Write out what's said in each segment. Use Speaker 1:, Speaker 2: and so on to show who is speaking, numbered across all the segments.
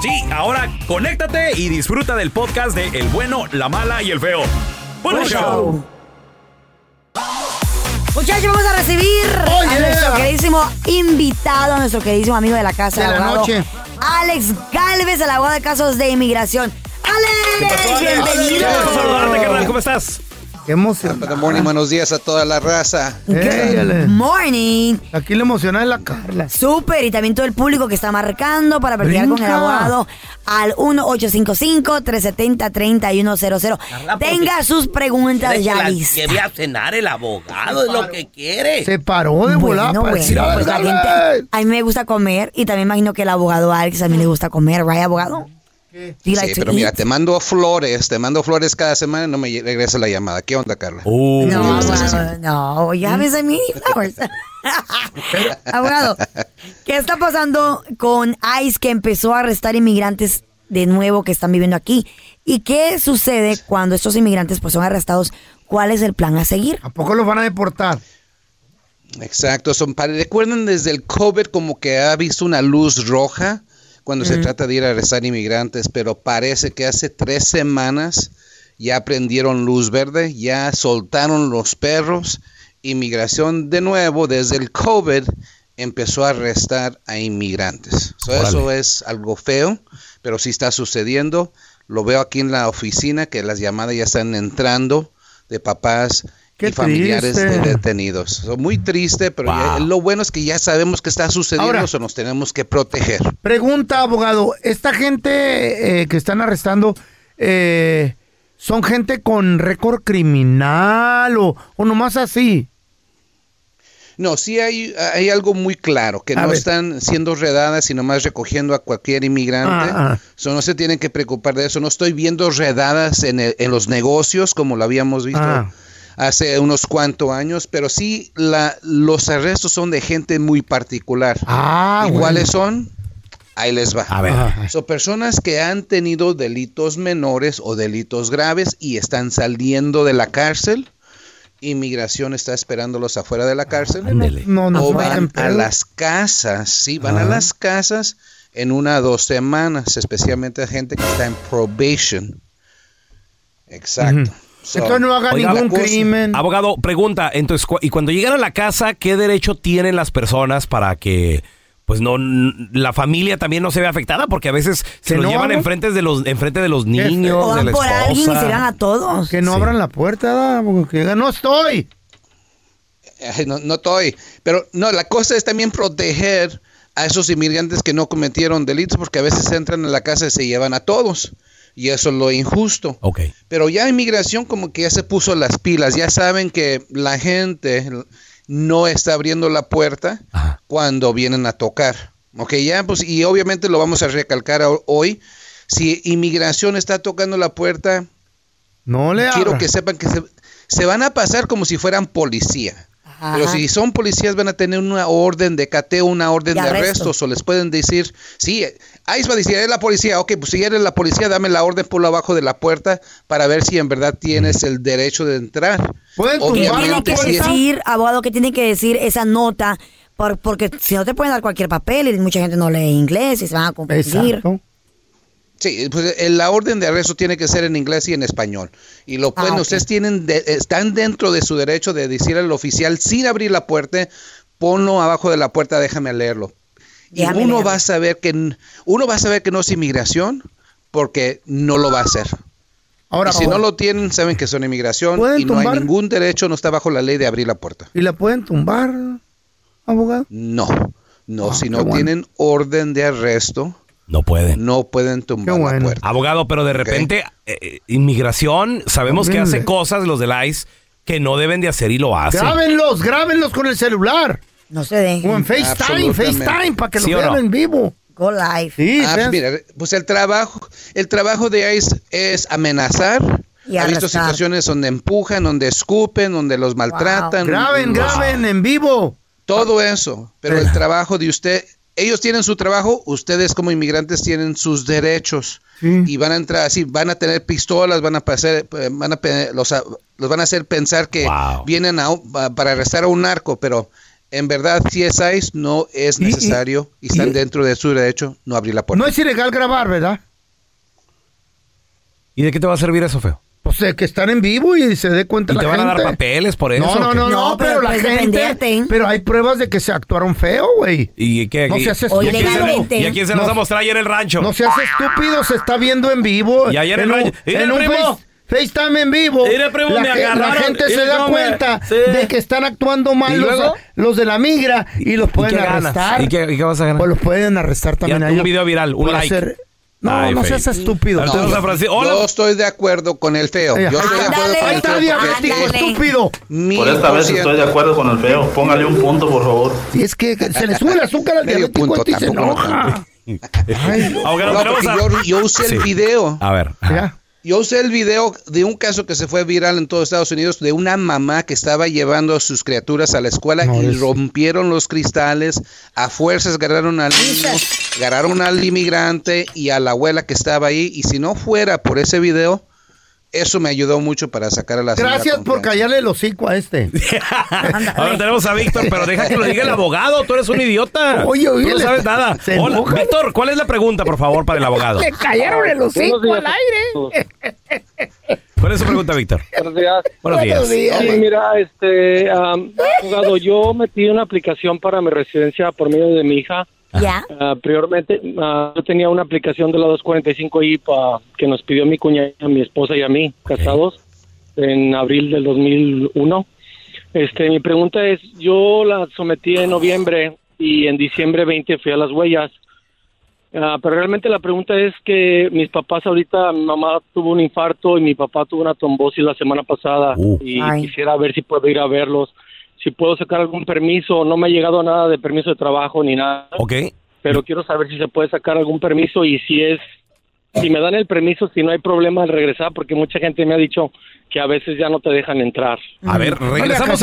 Speaker 1: Sí, ahora conéctate y disfruta del podcast de El bueno, la mala y el feo. Buen show.
Speaker 2: Muchachos, vamos a recibir
Speaker 3: Oh,
Speaker 2: a
Speaker 3: yeah.
Speaker 2: nuestro queridísimo invitado, a nuestro queridísimo amigo de la casa,
Speaker 3: De
Speaker 2: el
Speaker 3: la
Speaker 2: abogado
Speaker 3: noche.
Speaker 2: Alex Galvez, el abogado de casos de inmigración. ¡Alex! ¡Bienvenido!
Speaker 1: Qué gusto saludarte, carnal. ¿Cómo estás?
Speaker 3: Qué emoción.
Speaker 4: Good morning, buenos días a toda la raza.
Speaker 3: Ey, Ale.
Speaker 2: Good morning.
Speaker 3: Eh. Aquí la emocionada es la Carla.
Speaker 2: Súper, y también todo el público que está marcando para platicar con el
Speaker 3: Brinca.
Speaker 2: abogado al 1855-370-3100. Tenga sus preguntas
Speaker 5: Quiere que
Speaker 2: ya
Speaker 5: la-
Speaker 2: listas.
Speaker 5: Que voy a cenar el abogado, es lo que quiere.
Speaker 3: Se paró de volar.
Speaker 2: Bueno,
Speaker 3: para
Speaker 2: bueno,
Speaker 3: decir, "Ay,
Speaker 2: pues la
Speaker 3: Carla".
Speaker 2: gente- a mí me gusta comer y también imagino que el abogado Alex también le gusta comer, ¿right, abogado? Do you
Speaker 4: Sí,
Speaker 2: like to
Speaker 4: pero mira,
Speaker 2: eat?
Speaker 4: te mando flores, te mando flores cada semana y no me lle- regresa la llamada. ¿Qué onda, Carla?
Speaker 1: Uh.
Speaker 2: No, abogado, Ah, no, ya ves a mí, flowers. abogado, ¿qué está pasando con ICE que empezó a arrestar inmigrantes de nuevo que están viviendo aquí? ¿Y qué sucede cuando estos inmigrantes pues son arrestados? ¿Cuál es el plan a seguir?
Speaker 3: ¿A poco los van a deportar?
Speaker 4: Exacto, son padres. Recuerden desde el COVID como que ha visto una luz roja cuando se trata de ir a arrestar inmigrantes, pero parece que hace tres semanas ya prendieron luz verde, ya soltaron los perros. Inmigración de nuevo desde el COVID empezó a arrestar a inmigrantes. So, eso es algo feo, pero sí está sucediendo. Lo veo aquí en la oficina que las llamadas ya están entrando de papás
Speaker 3: Qué
Speaker 4: y familiares de
Speaker 3: triste.
Speaker 4: detenidos. So, Muy triste, pero ya- lo bueno es que ya sabemos que está sucediendo,
Speaker 3: Ahora-
Speaker 4: o nos tenemos que proteger.
Speaker 3: Pregunta, abogado. ¿Esta gente eh, que están arrestando eh, son gente con récord criminal o, o nomás así?
Speaker 4: No, sí hay, hay algo muy claro, que
Speaker 3: A
Speaker 4: no
Speaker 3: ver.
Speaker 4: están siendo redadas, sino más recogiendo a cualquier inmigrante.
Speaker 3: Ah, ah.
Speaker 4: So, no se tienen que preocupar de eso. No estoy viendo redadas en, el- en los negocios, como lo habíamos visto
Speaker 3: Ah.
Speaker 4: hace unos cuantos años, pero sí la, los arrestos son de gente muy particular.
Speaker 3: Ah,
Speaker 4: ¿Y cuáles son? Ahí les va.
Speaker 1: A ver.
Speaker 3: Ajá.
Speaker 4: Son personas que han tenido delitos menores o delitos graves y están saliendo de la cárcel. Inmigración está esperándolos afuera de la cárcel.
Speaker 1: Ándele.
Speaker 3: No, no,
Speaker 4: o
Speaker 3: no,
Speaker 4: van
Speaker 3: no,
Speaker 4: a
Speaker 3: no.
Speaker 4: las casas, sí, van a las casas en una o dos semanas, especialmente a gente que está en probation. Exacto. So,
Speaker 3: Entonces no haga
Speaker 1: Oiga,
Speaker 3: ningún
Speaker 4: la cosa-
Speaker 3: crimen.
Speaker 1: Abogado, pregunta, entonces, cu- y cuando llegan a la casa, ¿qué derecho tienen las personas para que pues no n- la familia también no se vea afectada? Porque a veces se
Speaker 3: Que
Speaker 1: lo
Speaker 3: no,
Speaker 1: llevan
Speaker 3: ¿no?
Speaker 1: enfrente de los, enfrente de los niños,
Speaker 2: O
Speaker 1: de
Speaker 2: van
Speaker 1: la
Speaker 2: por alguien y se van
Speaker 1: esposa.
Speaker 2: a todos.
Speaker 3: Que no
Speaker 1: Sí.
Speaker 3: abran la puerta, ¿da? porque digan, no estoy.
Speaker 4: Ay, No, no estoy. Pero no, la cosa es también proteger a esos inmigrantes que no cometieron delitos, porque a veces entran a la casa y se llevan a todos. Y eso es lo injusto.
Speaker 1: Ok.
Speaker 4: Pero ya inmigración como que ya se puso las pilas, ya saben que la gente no está abriendo la puerta
Speaker 1: Ajá.
Speaker 4: cuando vienen a tocar. Ok, ya, pues, y obviamente lo vamos a recalcar ho- hoy. Si inmigración está tocando la puerta,
Speaker 3: No le
Speaker 4: quiero
Speaker 3: abra.
Speaker 4: que sepan que se, se van a pasar como si fueran policía.
Speaker 2: Ajá.
Speaker 4: Pero si son policías van a tener una orden de cateo, una orden
Speaker 2: De
Speaker 4: de,
Speaker 2: arresto.
Speaker 4: arresto. o les pueden decir, sí, ahí va a decir, eres la policía, ok, pues si eres la policía, dame la orden por abajo de la puerta para ver si en verdad tienes el derecho de entrar.
Speaker 3: Pueden
Speaker 2: ¿Qué
Speaker 3: tumbar
Speaker 2: tiene
Speaker 3: la
Speaker 2: que
Speaker 4: Obviamente, si es-
Speaker 3: puerta.
Speaker 2: decir, abogado, qué tiene que decir esa nota? Por- porque si no te pueden dar cualquier papel y mucha gente no lee inglés y se van a confundir.
Speaker 3: Exacto.
Speaker 4: Sí, pues eh, la orden de arresto tiene que ser en inglés y en español. Y lo pueden,
Speaker 2: Ah, ok.
Speaker 4: ustedes tienen, de- están dentro de su derecho de decir al oficial sin abrir la puerta, ponlo abajo de la puerta, déjame leerlo. Y
Speaker 2: Déjame
Speaker 4: uno
Speaker 2: leerlo.
Speaker 4: va a saber que n- uno va a saber que no es inmigración porque no lo va a hacer.
Speaker 3: Ahora,
Speaker 4: y si no lo tienen, saben que son inmigración
Speaker 3: ¿Pueden
Speaker 4: y no hay
Speaker 3: tumbar?
Speaker 4: ningún derecho, no está bajo la ley de abrir la puerta.
Speaker 3: ¿y la pueden tumbar, abogado?
Speaker 4: No, no,
Speaker 3: Ah,
Speaker 4: si
Speaker 3: qué
Speaker 4: no
Speaker 3: bueno.
Speaker 4: tienen orden de arresto,
Speaker 1: No pueden.
Speaker 4: no pueden tumbar
Speaker 3: bueno.
Speaker 4: la puerta.
Speaker 1: Abogado, pero de repente eh, eh, inmigración, sabemos que hace
Speaker 3: Horrible.
Speaker 1: cosas los del ICE que no deben de hacer y lo hacen.
Speaker 3: Grábenlos, grábenlos con el celular.
Speaker 2: No se dejen.
Speaker 3: O en FaceTime,
Speaker 4: Absolutamente.
Speaker 3: FaceTime, para que
Speaker 1: ¿Sí
Speaker 3: lo
Speaker 1: o no?
Speaker 3: vean en vivo.
Speaker 2: Go live.
Speaker 4: Ah, pues mira, pues el trabajo, el trabajo de ICE es amenazar.
Speaker 2: Y
Speaker 4: ha visto
Speaker 2: arrastrar.
Speaker 4: situaciones donde empujan, donde escupen, donde los maltratan.
Speaker 3: Graben,
Speaker 4: Los-
Speaker 3: graben en vivo.
Speaker 4: Todo eso. Pero el trabajo de usted, ellos tienen su trabajo, ustedes como inmigrantes tienen sus derechos. Y van a entrar así, van a tener pistolas, van a pasar, eh, van a pe- los, a- los van a hacer pensar que
Speaker 1: Wow.
Speaker 4: vienen a un- pa- para arrestar a un narco, pero en verdad si es ICE no es
Speaker 3: Y- y-
Speaker 4: necesario y, están
Speaker 3: y-
Speaker 4: dentro de su derecho no abrir la puerta.
Speaker 3: No es ilegal grabar, ¿verdad?
Speaker 1: ¿Y de qué te va a servir eso, feo?
Speaker 3: O sea, que están en vivo y se dé cuenta
Speaker 1: ¿Y
Speaker 3: la
Speaker 1: te van a dar
Speaker 3: gente.
Speaker 1: papeles por eso?
Speaker 3: No,
Speaker 1: o
Speaker 3: no,
Speaker 1: qué?
Speaker 3: no, no,
Speaker 2: No,
Speaker 3: pero,
Speaker 2: pero pues
Speaker 3: la
Speaker 2: puedes defenderte,
Speaker 3: gente.
Speaker 2: ¿eh?
Speaker 3: Pero hay pruebas de que se actuaron feo, güey.
Speaker 1: ¿Y qué?
Speaker 3: No
Speaker 1: y-
Speaker 3: se hace
Speaker 1: ¿Y a quién se-
Speaker 2: legalmente.
Speaker 1: ¿Y a quién se nos
Speaker 3: No.
Speaker 1: va a mostrar ayer el rancho?
Speaker 3: No seas estúpido, se está viendo en vivo.
Speaker 1: Y ayer
Speaker 3: en
Speaker 1: el
Speaker 3: un,
Speaker 1: rayo- ¡Mira,
Speaker 3: en un
Speaker 1: primo!
Speaker 3: face- FaceTime en vivo.
Speaker 1: Mira, primo,
Speaker 3: la,
Speaker 1: me
Speaker 3: gen- la
Speaker 1: agarraron.
Speaker 3: gente se
Speaker 1: Mira,
Speaker 3: da
Speaker 1: no, me-
Speaker 3: cuenta
Speaker 1: sí.
Speaker 3: de que están actuando mal
Speaker 1: ¿Y
Speaker 3: los,
Speaker 1: luego?
Speaker 3: los de la migra y los pueden
Speaker 1: qué ganas?
Speaker 3: arrestar.
Speaker 1: ¿Y qué- y qué vas a ganar?
Speaker 3: Pues los pueden arrestar también.
Speaker 1: un
Speaker 3: a ellos
Speaker 1: video viral, un
Speaker 3: por
Speaker 1: like.
Speaker 3: No,
Speaker 1: Ay,
Speaker 3: no
Speaker 1: feo.
Speaker 3: seas estúpido.
Speaker 1: Ahorita vamos a Francis- Hola.
Speaker 4: Yo estoy de acuerdo con el feo. Yo estoy de acuerdo
Speaker 2: Ándale.
Speaker 4: con
Speaker 3: Ahí
Speaker 4: el
Speaker 3: está
Speaker 4: feo.
Speaker 3: diabético,
Speaker 4: porque
Speaker 2: Ándale.
Speaker 3: estúpido.
Speaker 4: mil
Speaker 6: Por esta vez
Speaker 4: por
Speaker 6: estoy de acuerdo con el feo. Póngale un punto, por favor.
Speaker 3: Si es que se le sube el azúcar al
Speaker 4: Medio
Speaker 3: diabético
Speaker 4: punto,
Speaker 3: este y se
Speaker 4: tampoco lo
Speaker 3: enoja. Ay,
Speaker 1: Ahora
Speaker 4: No,
Speaker 1: tenemos
Speaker 4: porque
Speaker 1: a-
Speaker 4: yo, yo usé
Speaker 1: Sí.
Speaker 4: el video.
Speaker 1: A ver.
Speaker 3: ya.
Speaker 4: Yo usé el video de un caso que se fue viral en todos Estados Unidos de una mamá que estaba llevando a sus criaturas a la escuela
Speaker 3: No,
Speaker 4: y
Speaker 3: es-
Speaker 4: rompieron los cristales, a fuerzas agarraron al niño, agarraron al inmigrante y a la abuela que estaba ahí. Y si no fuera por ese video, eso me ayudó mucho para sacar a la señora
Speaker 3: Gracias por
Speaker 4: completa.
Speaker 3: callarle el hocico a este.
Speaker 1: Ahora tenemos a Víctor, pero deja que lo diga el abogado. Tú eres un idiota.
Speaker 3: Oye,
Speaker 1: Tú no
Speaker 3: oye,
Speaker 1: sabes nada.
Speaker 3: se
Speaker 1: Hola,
Speaker 3: enoja.
Speaker 1: Víctor, ¿cuál es la pregunta, por favor, para el abogado?
Speaker 3: Le callaron el hocico al aire.
Speaker 1: ¿Cuál es su pregunta, Víctor?
Speaker 7: Buenos días.
Speaker 1: Buenos días.
Speaker 7: Sí, mira, este, am, abogado, yo metí una aplicación para mi residencia por medio de mi hija.
Speaker 2: ¿Ya?
Speaker 7: Ah, priormente, ah, yo tenía una aplicación de la 245i pa- que nos pidió mi cuñada, mi esposa y a mí, casados, en abril del 2001. Este, mi pregunta es, yo la sometí en noviembre y en diciembre 20 fui a las huellas. Ah, pero realmente la pregunta es que mis papás ahorita, mi mamá tuvo un infarto y mi papá tuvo una trombosis la semana pasada
Speaker 1: Uh.
Speaker 7: y
Speaker 2: Ay.
Speaker 7: quisiera ver si puedo ir a verlos, si puedo sacar algún permiso, no me ha llegado nada de permiso de trabajo ni nada
Speaker 1: Ok.
Speaker 7: pero quiero saber si se puede sacar algún permiso y si es, si me dan el permiso, si no hay problema al regresar, porque mucha gente me ha dicho que a veces ya no te dejan entrar.
Speaker 1: A ver, regresamos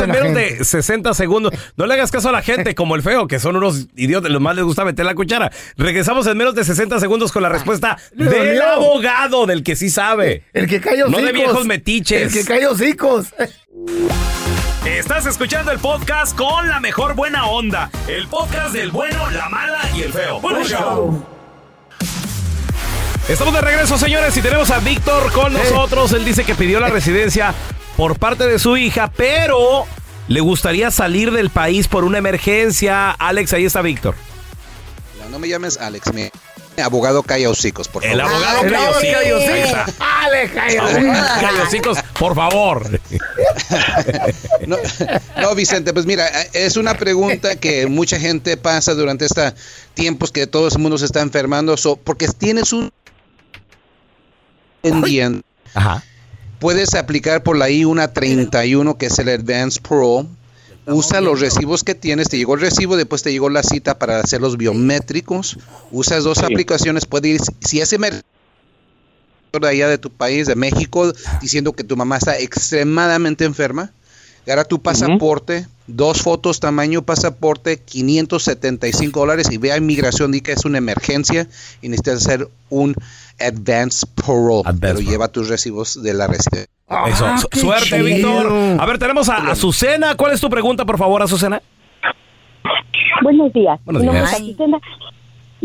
Speaker 3: hagas a
Speaker 1: en
Speaker 3: la
Speaker 1: menos
Speaker 3: gente.
Speaker 1: de 60 segundos. No le hagas caso a la gente como el feo, que son unos idiotas, los más les gusta meter la cuchara. Regresamos en menos de 60 segundos con la respuesta
Speaker 3: Ah, Le
Speaker 1: del
Speaker 3: dolió.
Speaker 1: abogado, del que sí sabe.
Speaker 3: El que calla
Speaker 1: No
Speaker 3: hocicos.
Speaker 1: de viejos metiches.
Speaker 3: El que calla hocicos.
Speaker 1: Estás escuchando el podcast con la mejor buena onda. El podcast del bueno, la mala y el feo. ¡Buen show! Estamos de regreso, señores, y tenemos a Víctor con
Speaker 3: Eh.
Speaker 1: nosotros. Él dice que pidió la residencia por parte de su hija, pero le gustaría salir del país por una emergencia. Alex, ahí está Víctor.
Speaker 4: No, no me llames Alex, mi abogado calla hocicos, por
Speaker 1: El
Speaker 4: favor.
Speaker 1: abogado
Speaker 2: Ah, el abogado
Speaker 1: Callosicos.
Speaker 2: Callosicos.
Speaker 1: Ahí está.
Speaker 3: Ale,
Speaker 1: Ah,
Speaker 3: calla.
Speaker 1: Abogado Callosicos, por favor.
Speaker 4: No, no, Vicente, pues mira, es una pregunta que mucha gente pasa durante estos tiempos que todo el mundo se está enfermando, so- porque tienes un pendiente.
Speaker 1: Ajá.
Speaker 4: Puedes aplicar por la I-131, que es el Advance Pro. Usa los recibos que tienes, te llegó el recibo, después te llegó la cita para hacer los biométricos. Usas dos aplicaciones, puedes ir, si es emergencia de allá de tu país, de México, diciendo que tu mamá está extremadamente enferma, agarra tu pasaporte, dos fotos, tamaño pasaporte, 575 dólares y ve a inmigración, di que es una emergencia y necesitas hacer un Advance Parole,
Speaker 1: Advance
Speaker 4: pero
Speaker 1: parole.
Speaker 4: lleva tus recibos de la residencia.
Speaker 1: Eso.
Speaker 3: Ah,
Speaker 1: Su-
Speaker 3: qué
Speaker 1: Suerte,
Speaker 3: chido.
Speaker 1: Víctor. A ver, tenemos a Azucena. ¿Cuál es tu pregunta, por favor, Azucena?
Speaker 8: Buenos días.
Speaker 1: Buenos
Speaker 8: Mi nombre
Speaker 1: días.
Speaker 8: es Azucena.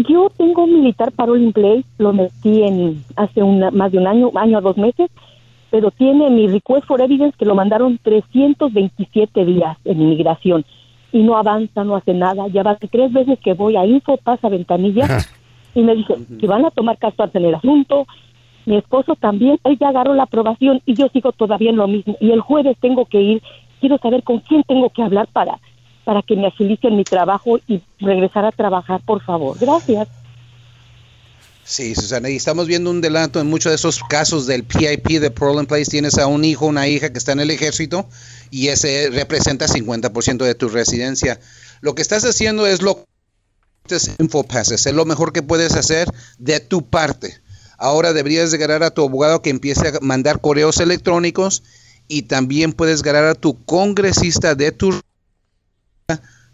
Speaker 8: Yo tengo un militar parole in play, lo metí en hace una- más de un año, año a dos meses, pero tiene mi request for evidence que lo mandaron 327 días en inmigración y no avanza, no hace nada. Ya van tres veces que voy a Info, pasa ventanilla y me dice que van a tomar cartas en el asunto. Mi esposo también, él ya agarró la aprobación y yo sigo todavía en lo mismo. Y el jueves tengo que ir, quiero saber con quién tengo que hablar para, para que me agilicen mi trabajo y regresar a trabajar, por favor. Gracias.
Speaker 4: Sí, Susana, y estamos viendo un delato en muchos de esos casos del PIP de Pearl and Place. Tienes a un hijo, una hija que está en el ejército y ese representa 50% de tu residencia. Lo que estás haciendo es lo Infopases. Es lo mejor que puedes hacer de tu parte. Ahora deberías de ganar a tu abogado que empiece a mandar correos electrónicos y también puedes ganar a tu congresista de tu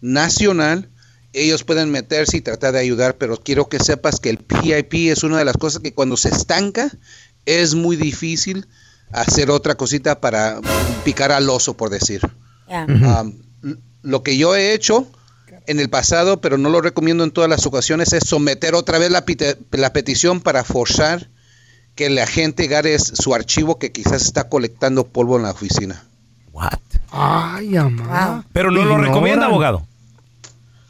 Speaker 4: nacional. Ellos pueden meterse y tratar de ayudar, pero quiero que sepas que el PIP es una de las cosas que cuando se estanca es muy difícil hacer otra cosita para picar al oso, por decir.
Speaker 2: Ya.
Speaker 1: Ah,
Speaker 4: Um, l- lo que yo he hecho en el pasado, pero no lo recomiendo en todas las ocasiones, es someter otra vez la, pite- la petición para forzar que la gente gare s- su archivo que quizás está colectando polvo en la oficina.
Speaker 1: What?
Speaker 3: Ay, amá.
Speaker 1: Pero no lo
Speaker 3: Ignoran.
Speaker 1: recomienda, abogado.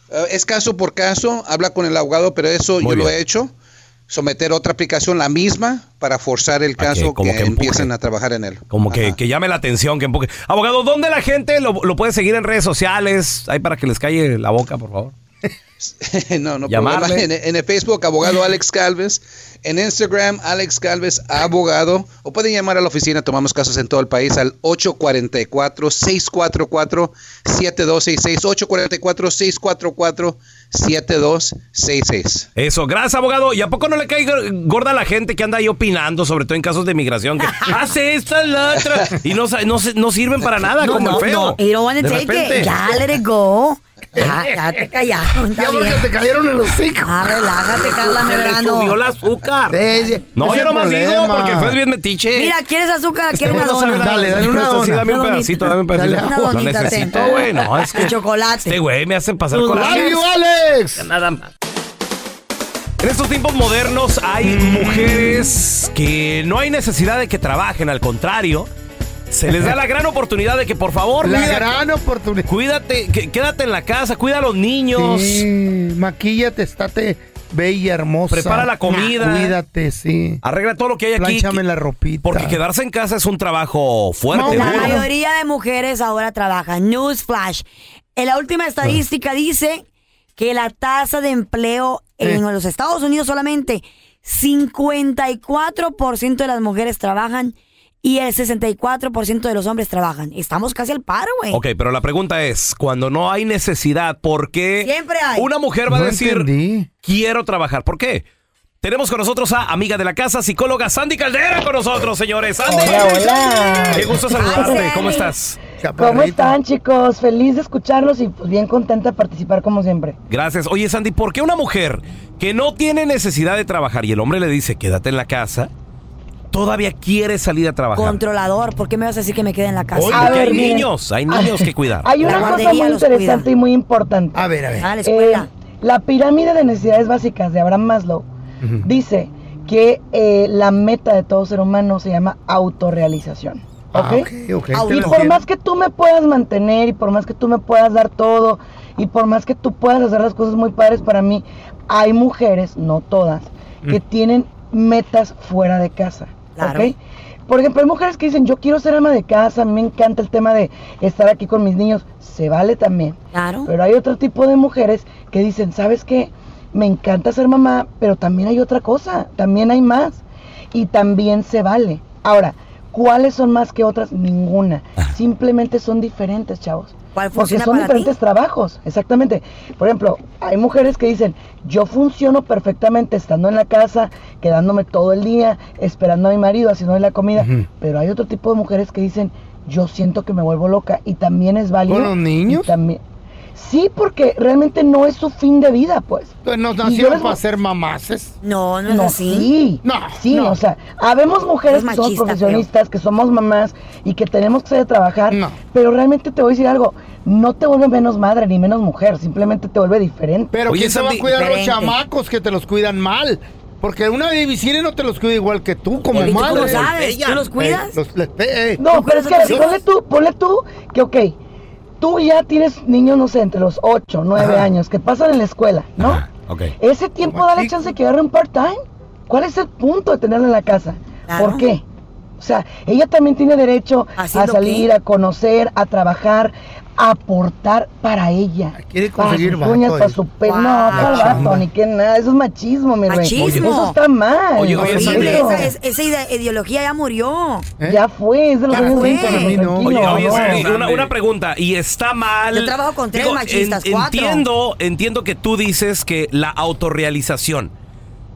Speaker 4: Uh, es caso por caso, habla con el abogado, pero eso
Speaker 1: Muy
Speaker 4: yo lo
Speaker 1: bien.
Speaker 4: he hecho. Someter otra aplicación, la misma, para forzar el
Speaker 1: Para que
Speaker 4: caso que,
Speaker 1: como que empuje.
Speaker 4: empiecen a trabajar en él.
Speaker 1: Como que,
Speaker 4: Ajá.
Speaker 1: que llame la atención, que empuje. Abogado, ¿dónde la gente lo, lo puede seguir en redes sociales? Ahí para que les calle la boca, por favor.
Speaker 4: no, no
Speaker 1: Llamarle.
Speaker 4: problema. En, en el Facebook, abogado Alex Calves. En Instagram, Alex Calves, abogado. O pueden llamar a la oficina, tomamos casos en todo el país, al 844-644-7266. 844-644-7266.
Speaker 1: Eso, gracias, abogado. ¿Y a poco no le cae gor- gorda a la gente que anda ahí opinando, sobre todo en casos de migración? Que hace esta, la otra. Y no, sa- no, se- no sirven para nada,
Speaker 2: No,
Speaker 1: como
Speaker 2: no,
Speaker 1: el feo.
Speaker 2: no. Y no van a
Speaker 1: De
Speaker 2: decir que
Speaker 1: repente.
Speaker 2: ya let it go. Ya, ya te callaron.
Speaker 3: Ya
Speaker 2: Está
Speaker 3: porque
Speaker 2: bien.
Speaker 3: te cayeron en los hijos.
Speaker 2: Ah, relájate, Carla
Speaker 1: Se le
Speaker 2: Medrano.
Speaker 1: subió el azúcar. No, yo
Speaker 3: no
Speaker 1: nomás
Speaker 3: más
Speaker 1: digo porque el feo es bien metiche.
Speaker 2: Mira, ¿quieres azúcar? ¿Quieres una
Speaker 1: No sabe
Speaker 2: dona?
Speaker 1: nada.
Speaker 3: Dale, dale una
Speaker 1: Sí,
Speaker 3: dona.
Speaker 1: dame un
Speaker 2: Una
Speaker 1: pedacito,
Speaker 2: donita.
Speaker 1: dame un pedacito.
Speaker 2: Dale, una
Speaker 1: No,
Speaker 2: donita,
Speaker 1: necesito,
Speaker 2: ten.
Speaker 1: güey, no, es que
Speaker 2: De chocolate.
Speaker 1: Este güey me hacen pasar
Speaker 3: ¡Tu
Speaker 1: coraje.
Speaker 3: labio, Alex!
Speaker 1: Nada más. En estos tiempos modernos hay mujeres que no hay necesidad de que trabajen, al contrario, se les da la gran oportunidad de que por favor,
Speaker 3: La
Speaker 1: mira,
Speaker 3: gran oportunidad.
Speaker 1: cuídate, que- quédate en la casa, cuida a los niños.
Speaker 3: Sí, maquíllate, estate bella, hermosa.
Speaker 1: Prepara la comida.
Speaker 3: Cuídate, sí.
Speaker 1: Arregla todo lo que hay aquí.
Speaker 3: Plánchame
Speaker 1: que-
Speaker 3: la ropita.
Speaker 1: Porque quedarse en casa es un trabajo fuerte.
Speaker 3: No,
Speaker 2: La
Speaker 1: duro.
Speaker 3: Bueno.
Speaker 2: mayoría de mujeres ahora trabajan. Newsflash. En la última estadística dice que la tasa de empleo en
Speaker 3: Eh.
Speaker 2: los Estados Unidos solamente 54% de las mujeres trabajan y el 64% de los hombres trabajan. Estamos casi al paro, güey.
Speaker 1: Ok, pero la pregunta es, cuando no hay necesidad, ¿por qué
Speaker 2: Siempre hay.
Speaker 1: una mujer va a
Speaker 3: No
Speaker 1: decir,
Speaker 3: entendí.
Speaker 1: quiero trabajar? ¿Por qué? Tenemos con nosotros a amiga de la casa, psicóloga Sandy Caldera con nosotros, señores. Sandy.
Speaker 9: Hola, hola.
Speaker 1: Qué gusto
Speaker 2: Ay,
Speaker 1: saludarte.
Speaker 2: Sandy.
Speaker 1: ¿Cómo estás?
Speaker 9: ¿Cómo
Speaker 3: Chaparrita.
Speaker 9: están, chicos? Feliz de escucharlos y pues bien contenta de participar como siempre.
Speaker 1: Gracias. Oye, Sandy, ¿por qué una mujer que no tiene necesidad de trabajar y el hombre le dice, quédate en la casa, todavía quiere salir a trabajar?
Speaker 2: Controlador, ¿por qué me vas a decir que me quede en la casa?
Speaker 1: Oye,
Speaker 9: A
Speaker 1: porque
Speaker 9: ver,
Speaker 1: hay
Speaker 9: miren.
Speaker 1: niños, hay niños que cuidar.
Speaker 9: Hay
Speaker 2: La
Speaker 9: una cosa
Speaker 2: guardería
Speaker 9: muy
Speaker 2: los cuida.
Speaker 9: interesante y muy importante.
Speaker 3: A ver, a ver.
Speaker 2: Ah, la escuela.
Speaker 9: Eh, la pirámide de necesidades básicas de Abraham Maslow
Speaker 4: Mm.
Speaker 9: dice que eh, la meta de todo ser humano se llama autorrealización. ¿Ok?
Speaker 3: Ah, ok, ok, te
Speaker 2: Y
Speaker 3: lo
Speaker 2: por
Speaker 9: Y por
Speaker 3: entiendo.
Speaker 9: más que tú me puedas mantener y por más que tú me puedas dar todo y por más que tú puedas hacer las cosas muy padres para mí, hay mujeres, no todas, que tienen metas fuera de casa.
Speaker 2: Claro.
Speaker 9: ¿ok? Por ejemplo, hay mujeres que dicen, yo quiero ser ama de casa, a mí me encanta el tema de estar aquí con mis niños, se vale también.
Speaker 2: Claro.
Speaker 9: Pero hay otro tipo de mujeres que dicen, ¿sabes qué? Me encanta ser mamá, pero también hay otra cosa, también hay más. Y también se vale. Ahora, ¿cuáles son más que otras? Ninguna. Simplemente son diferentes, chavos.
Speaker 2: ¿Cuál
Speaker 9: Porque
Speaker 2: funciona
Speaker 9: son
Speaker 2: para ti?
Speaker 9: diferentes trabajos, exactamente. Por ejemplo, hay mujeres que dicen, yo funciono perfectamente estando en la casa, quedándome todo el día, esperando a mi marido, haciéndole la comida. Pero hay otro tipo de mujeres que dicen, yo siento que me vuelvo loca y también es válido.
Speaker 3: ¿Con los niños?
Speaker 9: Y también- Sí, porque realmente no es su fin de vida, pues.
Speaker 3: Pues nos
Speaker 9: Y yo
Speaker 3: nacieron
Speaker 9: les-
Speaker 3: para ser mamaces.
Speaker 2: No, no es
Speaker 9: no,
Speaker 2: así.
Speaker 9: sí.
Speaker 3: No,
Speaker 9: sí,
Speaker 3: no.
Speaker 9: o sea, habemos mujeres
Speaker 2: Es
Speaker 9: que somos
Speaker 2: machista,
Speaker 9: profesionistas, que somos mamás y que tenemos que salir a trabajar,
Speaker 3: No.
Speaker 9: pero realmente te voy a decir algo, no te vuelve menos madre ni menos mujer, simplemente te vuelve diferente.
Speaker 3: Pero
Speaker 1: Oye,
Speaker 3: ¿quién se va a
Speaker 1: Sandy,
Speaker 3: cuidar los
Speaker 2: diferente.
Speaker 3: chamacos que te los cuidan mal? Porque una babysitter no te los cuida igual que tú, como
Speaker 2: Oye, ¿tú
Speaker 3: madre.
Speaker 2: cómo sabes? ¿Tú los cuidas?
Speaker 3: Eh, los- les pe- eh.
Speaker 9: No,
Speaker 2: ¿Tú
Speaker 9: pero es que
Speaker 2: cuidas a tus
Speaker 9: ponle tú, ponle tú que ok, tú ya tienes niños, no sé, entre los 8, 9
Speaker 3: Ajá.
Speaker 9: años, que pasan en la escuela, ¿no?
Speaker 1: Ajá, ok.
Speaker 9: Ese tiempo
Speaker 3: Como
Speaker 9: da la
Speaker 3: aquí.
Speaker 9: chance de que agarre un part-time. ¿Cuál es el punto de tenerla en la casa?
Speaker 2: Claro.
Speaker 9: ¿Por qué? O sea, ella también tiene derecho a
Speaker 2: ¿Haciendo
Speaker 9: salir,
Speaker 2: qué?
Speaker 9: a conocer, a trabajar, a aportar para ella.
Speaker 1: Ah,
Speaker 3: Quiere
Speaker 9: Para
Speaker 3: conseguir
Speaker 9: sus
Speaker 3: vato,
Speaker 9: uñas, para
Speaker 3: eh.
Speaker 9: su pelo.
Speaker 2: Wow.
Speaker 9: No, para el vato,
Speaker 3: Machismo.
Speaker 9: ni que nada. Eso es machismo, mi rey.
Speaker 2: Machismo.
Speaker 9: Eso está mal.
Speaker 1: Oye, oye,
Speaker 9: Horrible.
Speaker 2: Horrible,
Speaker 1: Sandy.
Speaker 2: esa, es- esa ide- ideología ya murió.
Speaker 3: ¿Eh?
Speaker 9: Ya fue, es de los
Speaker 2: Ya
Speaker 9: años
Speaker 2: fue.
Speaker 9: 20.
Speaker 2: Para mí
Speaker 3: no.
Speaker 9: tranquilo,
Speaker 1: Oye, oye,
Speaker 9: no.
Speaker 1: Sandy, una, una pregunta, y está mal.
Speaker 2: Yo trabajo con tres machistas, cuatro.
Speaker 1: Entiendo, entiendo que tú dices que la autorrealización.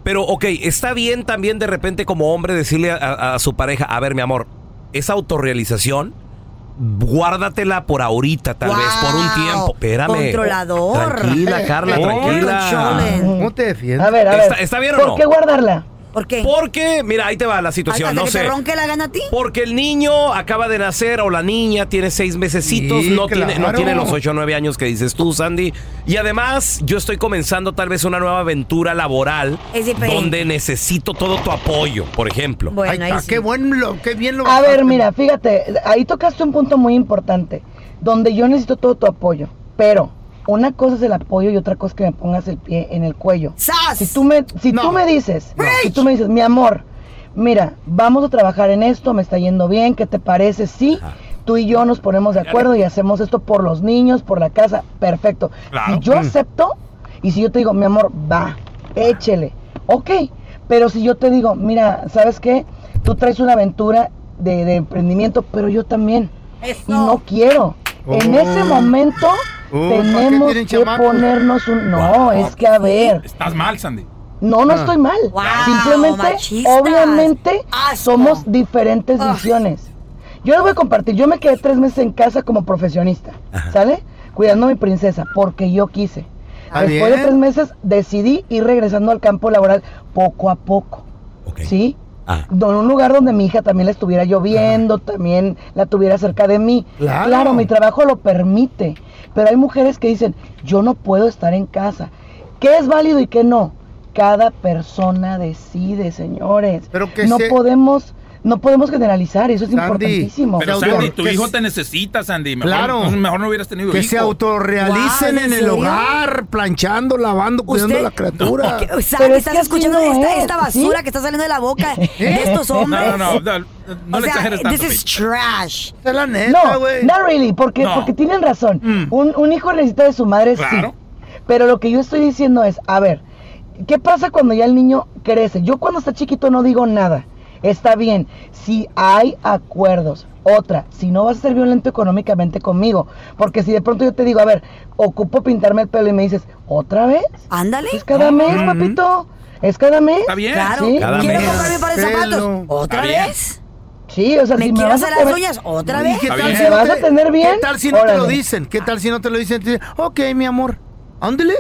Speaker 1: Pero, ok, está bien también de repente como hombre decirle a, a- a su pareja, a ver, mi amor, esa autorrealización, guárdatela por ahorita, tal vez, por un
Speaker 2: Wow,
Speaker 1: tiempo. Espérame.
Speaker 2: controlador.
Speaker 1: Tranquila, Carla,
Speaker 3: Oh,
Speaker 1: tranquila.
Speaker 2: controlen.
Speaker 3: ¿Cómo te defiendes?
Speaker 9: A ver, a ver.
Speaker 1: ¿Está- está bien o
Speaker 9: ¿Por
Speaker 1: no?
Speaker 9: qué guardarla?
Speaker 2: ¿Por qué?
Speaker 1: Porque, mira, ahí te va la
Speaker 2: ¿Hasta
Speaker 1: situación, no
Speaker 2: que
Speaker 1: sé.
Speaker 2: te ronque la gana a ti?
Speaker 1: Porque el niño acaba de nacer o la niña tiene seis mesecitos,
Speaker 3: Sí,
Speaker 1: no, tiene, no
Speaker 3: claro.
Speaker 1: tiene los ocho o nueve años que dices tú, Sandy. Y además, yo estoy comenzando tal vez una nueva aventura laboral
Speaker 2: Es diferente.
Speaker 1: donde necesito todo tu apoyo, por ejemplo.
Speaker 3: Ay,
Speaker 2: Bueno, ahí
Speaker 3: está,
Speaker 2: sí.
Speaker 3: qué, buen lo- qué bien lo
Speaker 9: A ver,
Speaker 3: bajaste.
Speaker 9: mira, fíjate, ahí tocaste un punto muy importante, donde yo necesito todo tu apoyo, pero una cosa es el apoyo y otra cosa es que me pongas el pie en el cuello.
Speaker 2: ¡Sas!
Speaker 9: Si tú me, si
Speaker 3: No.
Speaker 9: tú me dices, si tú me dices, mi amor, mira, vamos a trabajar en esto, me está yendo bien, ¿qué te parece? Sí. Tú y yo nos ponemos de acuerdo y hacemos esto por los niños, por la casa, perfecto.
Speaker 1: Claro.
Speaker 9: Si
Speaker 3: Mm.
Speaker 9: yo acepto y si yo te digo, mi amor, va, échele, ok. Pero si yo te digo, mira, ¿sabes qué? Tú traes una aventura de, de emprendimiento, pero yo también.
Speaker 2: Eso.
Speaker 9: Y no quiero. En
Speaker 3: Oh.
Speaker 9: ese momento
Speaker 3: Oh, ¿para qué
Speaker 9: tenemos
Speaker 3: tienen
Speaker 9: que
Speaker 3: chamacos?
Speaker 9: ponernos un... No, es que a ver.
Speaker 10: Estás mal, Sandy.
Speaker 9: No, no
Speaker 3: Ah.
Speaker 9: estoy mal.
Speaker 2: Wow,
Speaker 9: Simplemente,
Speaker 2: machistas.
Speaker 9: obviamente,
Speaker 2: Asco.
Speaker 9: somos diferentes
Speaker 2: Ugh.
Speaker 9: visiones. Yo les voy a compartir. Yo me quedé tres meses en casa como profesionista, ¿sale? Cuidando a mi princesa, porque yo quise.
Speaker 3: Está
Speaker 9: Después de
Speaker 3: Ah, bien.
Speaker 9: tres meses decidí ir regresando al campo laboral poco a poco,
Speaker 1: Ok.
Speaker 9: ¿sí?
Speaker 1: Ah.
Speaker 9: En un lugar donde mi hija también la estuviera lloviendo, también la tuviera cerca de mí.
Speaker 3: Claro.
Speaker 9: mi trabajo lo permite. Pero hay mujeres que dicen, yo no puedo estar en casa. ¿Qué es válido y qué no? Cada persona decide, señores.
Speaker 3: Pero que
Speaker 9: no
Speaker 3: se-
Speaker 9: podemos, no podemos generalizar, eso es
Speaker 3: Sandy,
Speaker 9: importantísimo.
Speaker 3: Pero
Speaker 10: Pero
Speaker 3: autor-
Speaker 10: Sandy, tu
Speaker 3: que
Speaker 10: hijo
Speaker 3: es-
Speaker 10: te necesita, Sandy. Mejor,
Speaker 3: Claro.
Speaker 10: entonces mejor no hubieras tenido
Speaker 3: Que
Speaker 10: hijo.
Speaker 3: se autorrealicen
Speaker 2: Wow, ¿es
Speaker 3: en
Speaker 2: en
Speaker 3: el
Speaker 2: serio?
Speaker 3: hogar, planchando, lavando, cuidando a la criatura.
Speaker 2: ¿Qué- o sea,
Speaker 9: Pero
Speaker 2: que
Speaker 9: es
Speaker 2: estás
Speaker 9: que así
Speaker 2: escuchando
Speaker 9: no
Speaker 2: esta,
Speaker 9: es,
Speaker 2: esta basura
Speaker 9: ¿sí?
Speaker 2: que está saliendo de la boca de estos hombres.
Speaker 10: No, no, no, no, no
Speaker 2: o
Speaker 10: le
Speaker 2: sea,
Speaker 10: exageres tanto.
Speaker 2: this
Speaker 10: Pete.
Speaker 2: is trash.
Speaker 3: Esa es la neta,
Speaker 9: No,
Speaker 3: güey. Mm.
Speaker 9: no really, porque,
Speaker 10: No.
Speaker 9: porque tienen razón. Un, un hijo necesita de su madre,
Speaker 10: Claro.
Speaker 9: sí. Pero lo que yo estoy diciendo es, a ver, ¿qué pasa cuando ya el niño crece? Yo cuando está chiquito no digo nada. Está bien, si hay acuerdos. Otra, si no vas a ser violento económicamente conmigo, porque si de pronto yo te digo, a ver, ocupo pintarme el pelo y me dices, ¿otra vez?
Speaker 2: Ándale.
Speaker 9: Es cada mes,
Speaker 3: Mm.
Speaker 9: papito. Es cada mes.
Speaker 10: Está bien.
Speaker 2: Claro.
Speaker 9: Sí.
Speaker 1: Cada
Speaker 2: Quiero
Speaker 1: mes.
Speaker 2: comprarme un par de zapatos.
Speaker 3: Pelo.
Speaker 2: ¿Otra
Speaker 10: Está bien.
Speaker 2: vez?
Speaker 9: Sí, o sea,
Speaker 2: ¿Me
Speaker 9: si
Speaker 2: quiero
Speaker 9: vas a
Speaker 2: hacer las
Speaker 9: comer-
Speaker 2: uñas? ¿Otra
Speaker 3: ¿Y
Speaker 2: vez?
Speaker 3: qué
Speaker 10: Está
Speaker 3: tal
Speaker 10: bien.
Speaker 3: si
Speaker 10: ¿Me
Speaker 3: no
Speaker 9: vas a
Speaker 3: te-
Speaker 9: tener bien?
Speaker 3: ¿Qué tal si no te lo
Speaker 9: Órale.
Speaker 3: dicen? ¿Qué tal si no te lo dicen? Te dicen, ok, mi amor, ándele,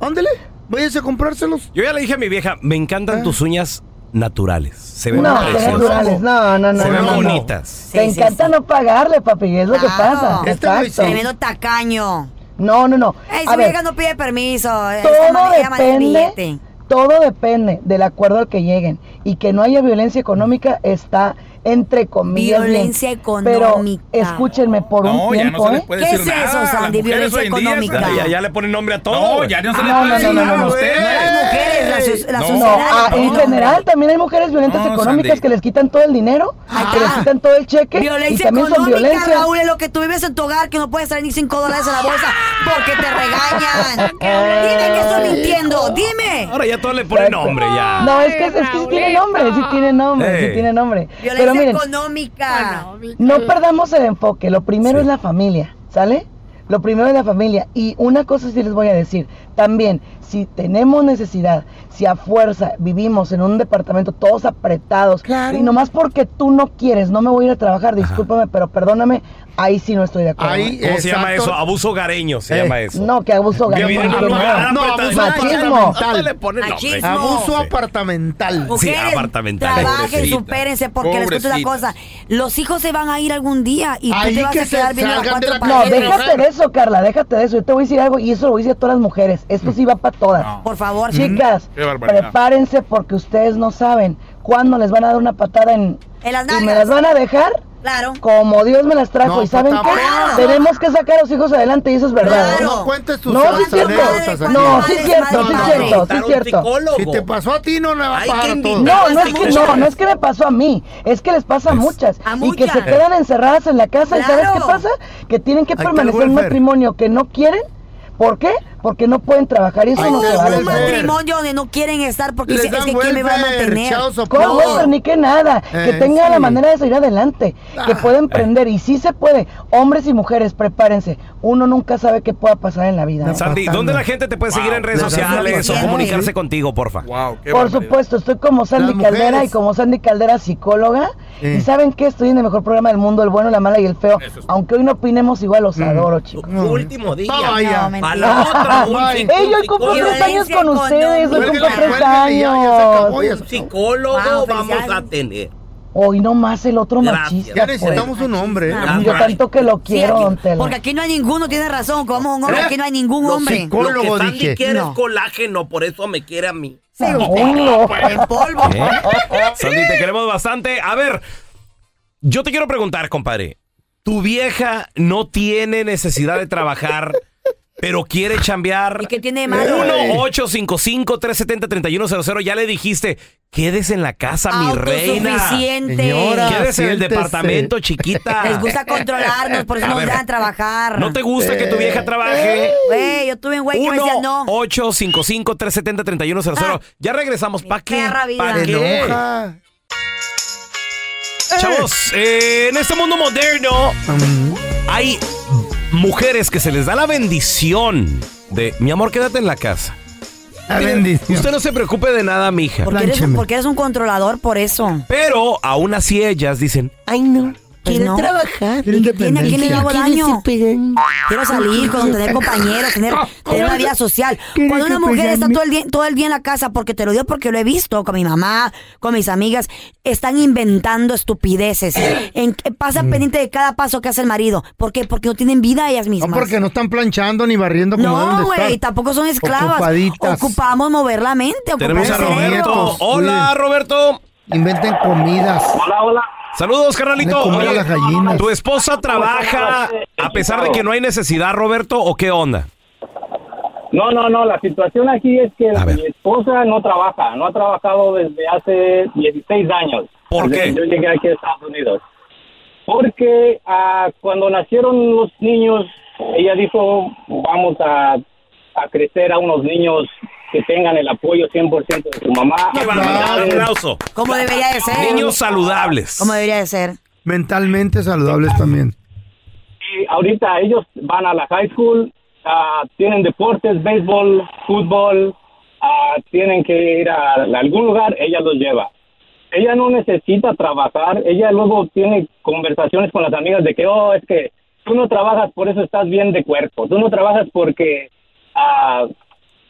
Speaker 3: ándele, váyase a comprárselos.
Speaker 1: Yo ya le dije a mi vieja, me encantan tus uñas naturales. Se ven
Speaker 9: No,
Speaker 1: preciosas.
Speaker 9: son naturales. No, no, no.
Speaker 1: Se ven
Speaker 9: no, no.
Speaker 1: bonitas.
Speaker 9: Te
Speaker 2: Sí, sí,
Speaker 9: encanta
Speaker 2: sí.
Speaker 9: no pagarle, papi, es lo que
Speaker 2: Claro.
Speaker 9: pasa.
Speaker 3: Este güey
Speaker 9: Exacto.
Speaker 3: sí.
Speaker 2: Tremendo tacaño.
Speaker 9: No, no, no.
Speaker 2: Ey,
Speaker 9: A
Speaker 2: si
Speaker 9: ver,
Speaker 2: vieja no pide permiso. Esa
Speaker 9: todo
Speaker 2: madre- ella maneja el
Speaker 9: depende,
Speaker 2: billete.
Speaker 9: todo depende del acuerdo al que lleguen y que no haya violencia económica está entre comillas. bien.
Speaker 2: Violencia económica.
Speaker 9: Pero escúchenme por
Speaker 10: No,
Speaker 9: un
Speaker 10: ya
Speaker 9: tiempo,
Speaker 10: no se les
Speaker 9: ¿eh?
Speaker 10: puede
Speaker 2: ¿Qué
Speaker 10: decir
Speaker 2: es
Speaker 10: nada.
Speaker 2: eso,
Speaker 10: Las
Speaker 2: Sandy?
Speaker 10: mujeres hoy en día
Speaker 2: Violencia
Speaker 10: están-
Speaker 1: Ya,
Speaker 2: económica.
Speaker 1: ya- ya le ponen nombre a todo.
Speaker 10: No,
Speaker 1: güey.
Speaker 10: ya no se
Speaker 9: Ah,
Speaker 10: les
Speaker 9: no,
Speaker 10: puede
Speaker 9: no,
Speaker 10: decir
Speaker 9: no, no,
Speaker 10: nada a
Speaker 9: no.
Speaker 10: ustedes.
Speaker 2: Las mujeres, la, soci- la
Speaker 10: No,
Speaker 2: sociedad.
Speaker 9: Ah,
Speaker 2: le pone
Speaker 9: en
Speaker 2: nombre.
Speaker 9: general también hay mujeres violentas
Speaker 10: No,
Speaker 9: económicas
Speaker 10: Sandy.
Speaker 9: que les quitan todo el dinero, que les quitan todo el cheque y
Speaker 2: Violencia
Speaker 9: también son
Speaker 2: económica,
Speaker 9: violencias.
Speaker 2: Raúl, es lo que tú vives en tu hogar, que no puedes traer ni 5 dólares en la bolsa porque te regañan. Dime que estoy mintiendo, dime.
Speaker 1: Ahora ya todo le ponen nombre, ya.
Speaker 9: No, es que, es que sí tiene nombre, sí tiene nombre,
Speaker 1: Ey.
Speaker 9: sí tiene nombre. Pero
Speaker 2: Violencia
Speaker 9: miren,
Speaker 2: económica.
Speaker 9: No perdamos el enfoque. Lo primero
Speaker 1: Sí.
Speaker 9: es la familia, ¿sale? Lo primero es la familia. Y una cosa sí les voy a decir. También, si tenemos necesidad, si a fuerza vivimos en un departamento todos apretados, y nomás porque tú no quieres, no me voy a ir a trabajar, discúlpame, pero perdóname, ahí sí no estoy de acuerdo.
Speaker 3: Ahí,
Speaker 1: ¿Cómo se llama
Speaker 3: exacto.
Speaker 1: eso? Abuso hogareño se
Speaker 3: Eh,
Speaker 1: llama eso.
Speaker 9: No, que abuso
Speaker 1: Que vive en un
Speaker 9: ganar.
Speaker 1: lugar
Speaker 3: No,
Speaker 1: apretado-
Speaker 3: abuso
Speaker 9: Machismo.
Speaker 1: No le ponen nombre.
Speaker 2: Machismo.
Speaker 3: Abuso
Speaker 1: Sí.
Speaker 3: apartamental.
Speaker 1: Sí,
Speaker 2: Mujeres,
Speaker 1: apartamental.
Speaker 2: Trabajen,
Speaker 10: Pobrecita.
Speaker 2: supérense, porque les cuento una
Speaker 10: Pobrecita.
Speaker 2: cosa. Los hijos se van a ir algún día y tú
Speaker 3: Ahí
Speaker 2: te vas
Speaker 3: que
Speaker 2: a
Speaker 3: se
Speaker 2: quedar viendo las
Speaker 3: salgan de
Speaker 2: cuatro
Speaker 3: la
Speaker 9: No,
Speaker 2: paredes.
Speaker 3: déjate
Speaker 9: déjate de eso, Carla, déjate de eso. Yo te voy a decir algo y eso lo voy a decir a todas las mujeres. Esto sí va para todas.
Speaker 10: No.
Speaker 2: Por favor,
Speaker 9: Chicas,
Speaker 10: Qué barbaridad.
Speaker 9: prepárense porque ustedes no saben cuándo les van a dar una patada en...
Speaker 2: En las
Speaker 9: y me
Speaker 2: nalgas.
Speaker 9: las van a dejar
Speaker 2: Claro.
Speaker 9: Como Dios me las trajo.
Speaker 3: No,
Speaker 9: ¿Y saben
Speaker 3: pues,
Speaker 9: qué?
Speaker 3: tampoco.
Speaker 9: Tenemos que sacar a los hijos adelante y eso es verdad.
Speaker 3: No, no cuentes tus
Speaker 9: No, sí es cierto.
Speaker 3: anécdotas aquí.
Speaker 9: No, sí es cierto, sí es cierto, sí es cierto.
Speaker 3: Si te pasó a ti, no le va a
Speaker 9: Hay
Speaker 3: pasar
Speaker 9: que
Speaker 3: a todos.
Speaker 9: No, no es, que, no, no es que me pasó a mí, es que les pasa a muchas. Y que se
Speaker 3: muchas.
Speaker 9: quedan encerradas en la casa y ¿sabes qué
Speaker 3: Claro.
Speaker 9: pasa? Que tienen que
Speaker 3: Ahí está el
Speaker 9: permanecer en un
Speaker 3: welfare.
Speaker 9: matrimonio que no quieren. ¿Por qué? Porque no pueden trabajar y eso
Speaker 2: Ay,
Speaker 9: no se
Speaker 2: no,
Speaker 9: vale.
Speaker 2: un matrimonio donde no quieren estar porque
Speaker 9: Les
Speaker 2: dice, es
Speaker 9: dan
Speaker 2: que quién me va a
Speaker 9: welfare,
Speaker 2: mantener.
Speaker 9: chao, soporte. ¿Cómo eso? Ni que nada. que
Speaker 2: Eh,
Speaker 9: tenga la
Speaker 2: sí.
Speaker 9: manera de salir adelante. Que pueda emprender. Y sí se puede. Hombres y mujeres, prepárense. Uno nunca sabe qué pueda pasar en la vida. ¿eh?
Speaker 1: Sandy, ¿dónde la gente te puede seguir en redes
Speaker 9: Les das
Speaker 1: sociales o
Speaker 9: información.
Speaker 1: comunicarse contigo, porfa?
Speaker 9: Por supuesto, estoy como Sandy
Speaker 1: Las
Speaker 9: Caldera
Speaker 1: mujeres.
Speaker 9: y como Sandy Caldera psicóloga.
Speaker 1: Sí.
Speaker 9: Y saben que estoy en el mejor programa del mundo, el bueno, la mala y el feo. Aunque hoy no opinemos, igual
Speaker 1: Mm.
Speaker 9: los adoro, chicos.
Speaker 5: Último día.
Speaker 9: Vaya.
Speaker 5: A la otra, un psic-
Speaker 9: Ey, yo cumplo
Speaker 5: psicólogo.
Speaker 9: tres años con ustedes, hoy cumplo tres años.
Speaker 5: Un psicólogo
Speaker 9: Wow,
Speaker 5: vamos a
Speaker 9: felicidades.
Speaker 5: tener.
Speaker 9: Hoy nomás el otro
Speaker 5: Gracias.
Speaker 9: machista.
Speaker 5: Ya necesitamos
Speaker 9: pues.
Speaker 5: un hombre, ¿eh?
Speaker 9: Ay, Yo tanto que lo quiero,
Speaker 2: aquí-
Speaker 9: don Tela.
Speaker 2: porque aquí no hay ninguno, tiene razón. Como un hombre,
Speaker 5: ¿Eh?
Speaker 2: aquí no hay ningún
Speaker 5: Lo
Speaker 2: hombre.
Speaker 5: psic- Lo que Sandy quiere
Speaker 2: No.
Speaker 5: es colágeno, por eso me quiere a mí. pues,
Speaker 2: Sí, usted.
Speaker 1: ¿Eh? Sandy, te queremos bastante. A ver, yo te quiero preguntar, compadre. Tu vieja no tiene necesidad de trabajar, pero quiere chambear. ¿Y
Speaker 2: qué
Speaker 9: Eh,
Speaker 2: tiene de malo?
Speaker 1: 1-855-370-3100. Ya le dijiste, quédese en la casa, mi reina.
Speaker 2: Autosuficiente.
Speaker 1: quédese en el departamento, chiquita.
Speaker 2: Les gusta controlarnos, por eso
Speaker 1: A
Speaker 2: no nos
Speaker 1: ver,
Speaker 2: dejan trabajar. Eh.
Speaker 1: ¿No te gusta que tu
Speaker 9: Eh.
Speaker 1: vieja trabaje?
Speaker 2: Güey, yo tuve un güey que me decía, no. Ah.
Speaker 1: 1-855-370-3100. Ya regresamos. ¿Para qué?
Speaker 2: perra vida.
Speaker 1: ¿Pa'
Speaker 2: Te
Speaker 1: qué?
Speaker 2: enoja.
Speaker 1: Chavos, eh, en este mundo moderno hay mujeres que se les da la bendición de, mi amor, quédate en la casa. Mire, Usted no se preocupe de nada, mija.
Speaker 2: Porque eres, un, porque eres un controlador, por eso.
Speaker 1: Pero aún así ellas dicen,
Speaker 2: Ay, no. Quiero
Speaker 3: Pues
Speaker 2: trabajar. ¿Quién, ¿A quién le hago daño? Quiero salir, con, tener compañeros, tener, tener una vida social. Cuando una mujer está todo el, día, todo el día en la casa, porque te lo digo porque lo he visto con mi mamá, con mis amigas, están inventando estupideces. En, pasa
Speaker 3: Mm.
Speaker 2: pendiente de cada paso que hace el marido. ¿Por qué? Porque no tienen vida ellas
Speaker 3: No,
Speaker 2: mismas.
Speaker 3: porque no están planchando ni barriendo como deben
Speaker 2: No,
Speaker 3: de
Speaker 2: güey,
Speaker 3: estar.
Speaker 2: tampoco son esclavas.
Speaker 3: Ocupaditas.
Speaker 2: Ocupamos mover la mente, ocupar
Speaker 1: tenemos
Speaker 2: el
Speaker 1: a
Speaker 2: cerebro.
Speaker 1: Roberto. Hola, Roberto.
Speaker 3: Inventen comidas.
Speaker 11: Hola, hola.
Speaker 1: Saludos, carnalito.
Speaker 3: Comer a
Speaker 1: Oye,
Speaker 3: las gallinas.
Speaker 1: ¿Tu esposa trabaja a pesar de que no hay necesidad, Roberto, o qué onda?
Speaker 11: No, no, no, la situación aquí es que mi esposa no trabaja, no ha trabajado desde hace 16 años.
Speaker 1: ¿Por qué?
Speaker 11: Desde que Yo llegué aquí a Estados Unidos. Porque ah, cuando nacieron los niños, ella dijo, vamos a, a crecer a unos niños que tengan el apoyo 100% de su mamá.
Speaker 1: ¡Qué barbaridad! Un aplauso.
Speaker 2: Como debería de ser.
Speaker 1: Niños saludables.
Speaker 2: Como debería de ser.
Speaker 3: Mentalmente saludables también.
Speaker 11: Y ahorita ellos van a la high school, ah, tienen deportes, béisbol, fútbol, ah, tienen que ir a, algún lugar, ella los lleva. Ella no necesita trabajar, ella luego tiene conversaciones con las amigas de que, oh, es que tú no trabajas, por eso estás bien de cuerpo, tú no trabajas porque ah,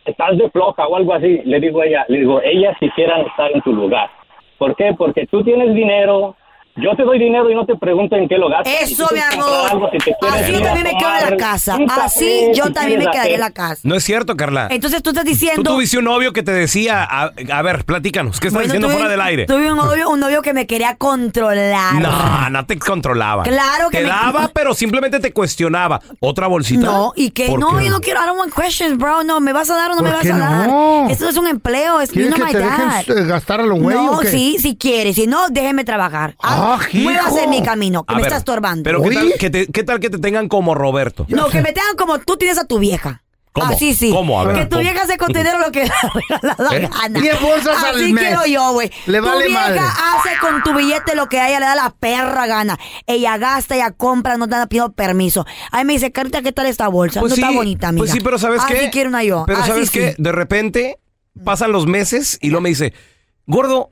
Speaker 11: estás de floja o algo así. Le digo a ella, le digo, ellas quisieran estar en tu lugar. ¿Por qué? Porque tú tienes dinero, yo te doy dinero y no te pregunto en qué lo gastas. Si
Speaker 2: Eso,
Speaker 11: tú
Speaker 2: mi
Speaker 11: quieres
Speaker 2: amor.
Speaker 11: comprar algo, si te quieres
Speaker 2: Así yo
Speaker 11: ir a
Speaker 2: también me quedo en la
Speaker 11: tomar
Speaker 2: casa.
Speaker 11: un café,
Speaker 2: Así yo
Speaker 11: si
Speaker 2: también me
Speaker 11: quieres
Speaker 2: quedaría en la
Speaker 11: hacer-
Speaker 2: casa.
Speaker 1: No es cierto, Carla.
Speaker 2: Entonces tú estás diciendo.
Speaker 1: Tú tuviste un novio que te decía, a, a ver, platícanos, ¿qué está
Speaker 2: Bueno,
Speaker 1: diciendo
Speaker 2: tuve-
Speaker 1: fuera del aire?
Speaker 2: Tuve un novio, un novio que me quería controlar.
Speaker 1: No, no te controlaba.
Speaker 2: Claro que
Speaker 1: Te
Speaker 2: me-
Speaker 1: daba, pero simplemente te cuestionaba. ¿Otra bolsita?
Speaker 2: No, y que
Speaker 1: ¿Por
Speaker 2: no,
Speaker 1: qué?
Speaker 2: yo no quiero, I don't want questions, bro. No, ¿me vas a dar o no me
Speaker 3: ¿Por
Speaker 2: vas
Speaker 3: qué
Speaker 2: a dar?
Speaker 3: no?
Speaker 2: Esto no es un empleo, es
Speaker 3: ¿Quieres
Speaker 2: no
Speaker 3: que
Speaker 2: my
Speaker 3: te
Speaker 2: God.
Speaker 3: dejen eh, gastar a los güeyes
Speaker 2: no,
Speaker 3: o qué?
Speaker 2: sí, si quieres, si no, déjeme trabajar. Ah,
Speaker 3: hijo.
Speaker 2: Muévase en mi camino, que
Speaker 1: A
Speaker 2: me
Speaker 1: ver,
Speaker 2: está estorbando.
Speaker 1: Pero ¿qué tal, que te, qué tal que te tengan como Roberto?
Speaker 2: No, que me tengan como tú tienes a tu vieja.
Speaker 1: ¿Cómo?
Speaker 2: Así sí.
Speaker 1: ¿Cómo? A ver,
Speaker 2: que tu
Speaker 1: ¿cómo?
Speaker 2: vieja se considera lo que le ha dado
Speaker 1: ¿Eh?
Speaker 2: gana.
Speaker 3: Diez bolsas
Speaker 2: Así
Speaker 3: al mes.
Speaker 2: quiero yo, güey.
Speaker 3: Le vale
Speaker 2: tu vieja
Speaker 3: madre.
Speaker 2: hace con tu billete lo que a ella le da la perra gana. Ella gasta, ella compra, no te da pidiendo permiso. Ahí me dice, Carita, ¿qué tal esta bolsa?
Speaker 1: Pues
Speaker 2: no está
Speaker 1: sí,
Speaker 2: bonita, amiga.
Speaker 1: Pues sí, pero ¿sabes
Speaker 2: Así
Speaker 1: qué?
Speaker 2: quiero una yo.
Speaker 1: Pero
Speaker 2: Así
Speaker 1: ¿sabes
Speaker 2: sí.
Speaker 1: qué? De repente pasan los meses y luego me dice, gordo,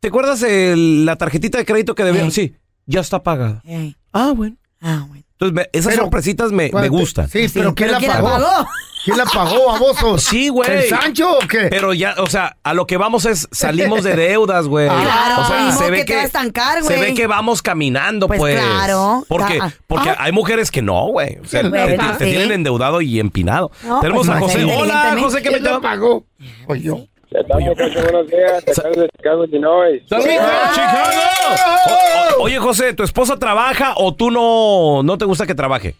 Speaker 1: ¿te acuerdas de la tarjetita de crédito que debíamos? Sí, ya está pagada.
Speaker 2: Ey.
Speaker 1: Ah, bueno.
Speaker 2: Ah, bueno.
Speaker 1: Entonces, me- esas
Speaker 3: Pero-
Speaker 1: sorpresitas me, me
Speaker 3: Espérate.
Speaker 1: gustan.
Speaker 3: Sí, pero ¿quién, la,
Speaker 1: ¿quién la
Speaker 3: pagó?
Speaker 1: pagó?
Speaker 3: ¿Quién la pagó, baboso?
Speaker 1: Sí, güey.
Speaker 3: ¿El Sancho o qué?
Speaker 1: Pero ya, o sea, a lo que vamos es salimos de deudas, güey.
Speaker 2: Claro,
Speaker 1: o sea,
Speaker 2: ni modo que te va a estancar,
Speaker 1: se
Speaker 2: güey.
Speaker 1: ve que vamos caminando,
Speaker 2: Pues
Speaker 1: pues.
Speaker 2: claro.
Speaker 1: Porque,
Speaker 2: Ah,
Speaker 1: porque
Speaker 2: ah.
Speaker 1: hay mujeres que no, güey. O sea,
Speaker 2: Sí,
Speaker 1: te, te-
Speaker 2: ¿verdad?
Speaker 1: te
Speaker 2: Sí.
Speaker 1: tienen endeudado y empinado.
Speaker 2: No,
Speaker 1: Tenemos
Speaker 2: pues,
Speaker 1: a
Speaker 2: no,
Speaker 1: José.
Speaker 2: sí,
Speaker 1: Hola,
Speaker 2: inteligentemente.
Speaker 1: Ah, José, ¿qué me
Speaker 2: ¿Quién la
Speaker 1: te
Speaker 3: pagó? Oye, yo.
Speaker 12: Estamos, Cacho, buenos días. Te acabo de Chicago, Illinois.
Speaker 1: ¡Saludos, Chicago! O- Oye, José, ¿tu esposa trabaja o tú no, no te gusta que trabaje?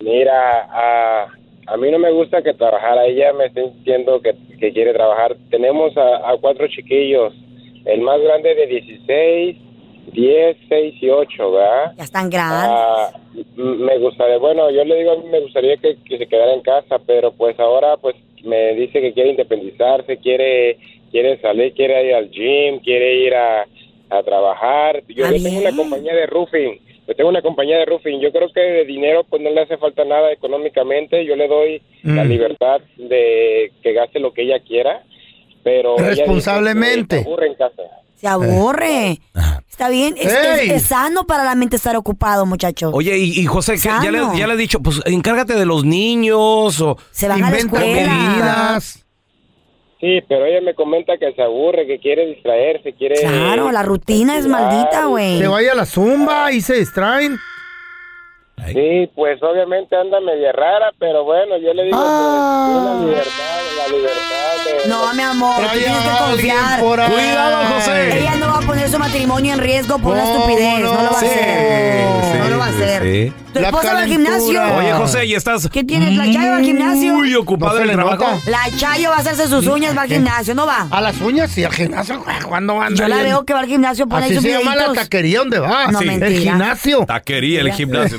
Speaker 12: Mira, a, a mí no me gusta que trabajara. Ella me está diciendo que, que quiere trabajar. Tenemos a, a cuatro chiquillos. El más grande de 16, 10, 6 y 8, ¿verdad?
Speaker 2: Ya están grandes.
Speaker 12: Ah, m- me gustaría, bueno, yo le digo, a mí me gustaría que, que se quedara en casa, pero pues ahora pues me dice que quiere independizarse, quiere quiere salir, quiere ir al gym, quiere ir a, a trabajar. Yo, yo tengo una compañía de roofing, yo tengo una compañía de roofing, yo creo que de dinero pues no le hace falta nada económicamente, yo le doy la
Speaker 3: Mm.
Speaker 12: libertad de que gaste lo que ella quiera, pero... ella dice que
Speaker 3: Responsablemente.
Speaker 12: se aburre en casa.
Speaker 1: Eh.
Speaker 2: Se aburre. Está bien. Es, es-
Speaker 1: Ey.
Speaker 2: es sano para la mente estar ocupado, muchachos.
Speaker 1: Oye, y, y José, ¿qué- ya, le,
Speaker 2: Sano.
Speaker 1: ya le he dicho, pues encárgate de los niños o...
Speaker 2: Se van a la
Speaker 1: inventa
Speaker 2: escuela.
Speaker 1: medidas.
Speaker 12: Sí, pero ella me comenta que se aburre, que quiere distraerse, quiere...
Speaker 2: Claro, la rutina es maldita, güey.
Speaker 3: Eh, Se vaya a la zumba y se distraen.
Speaker 12: Sí, pues obviamente anda media rara, pero bueno, yo le digo
Speaker 2: Ah.
Speaker 12: pues, una libertad, la libertad. de-
Speaker 2: No, mi amor, tú tienes que confiar.
Speaker 1: Cuidado, José.
Speaker 2: Ella no va a poner su matrimonio en riesgo por una estupidez. No, lo va a hacer. no lo va a hacer. Tu
Speaker 1: La
Speaker 2: esposa va al
Speaker 1: calentura.
Speaker 2: gimnayo.
Speaker 1: Oye, José, ¿y estás
Speaker 2: ¿Qué tienes? ¿La Chayo va al gimnasio?
Speaker 1: muy ocupado en el trabajo?
Speaker 2: La Chayo va a hacerse sus uñas, va al gimnasio, ¿no va?
Speaker 3: A las uñas y al gimnasio, ¿cuándo anda?
Speaker 2: Yo la
Speaker 3: bien?
Speaker 2: veo que va al gimnasio, pone ahí
Speaker 3: Así
Speaker 2: sus
Speaker 3: se llama la
Speaker 2: videitos.
Speaker 3: taquería donde va.
Speaker 2: No,
Speaker 3: El
Speaker 2: mentira.
Speaker 3: gimnasio.
Speaker 1: Taquería, el gimnasio.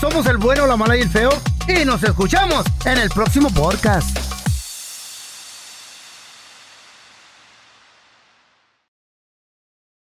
Speaker 3: Somos el bueno, la mala y el feo. Y nos escuchamos en el próximo podcast.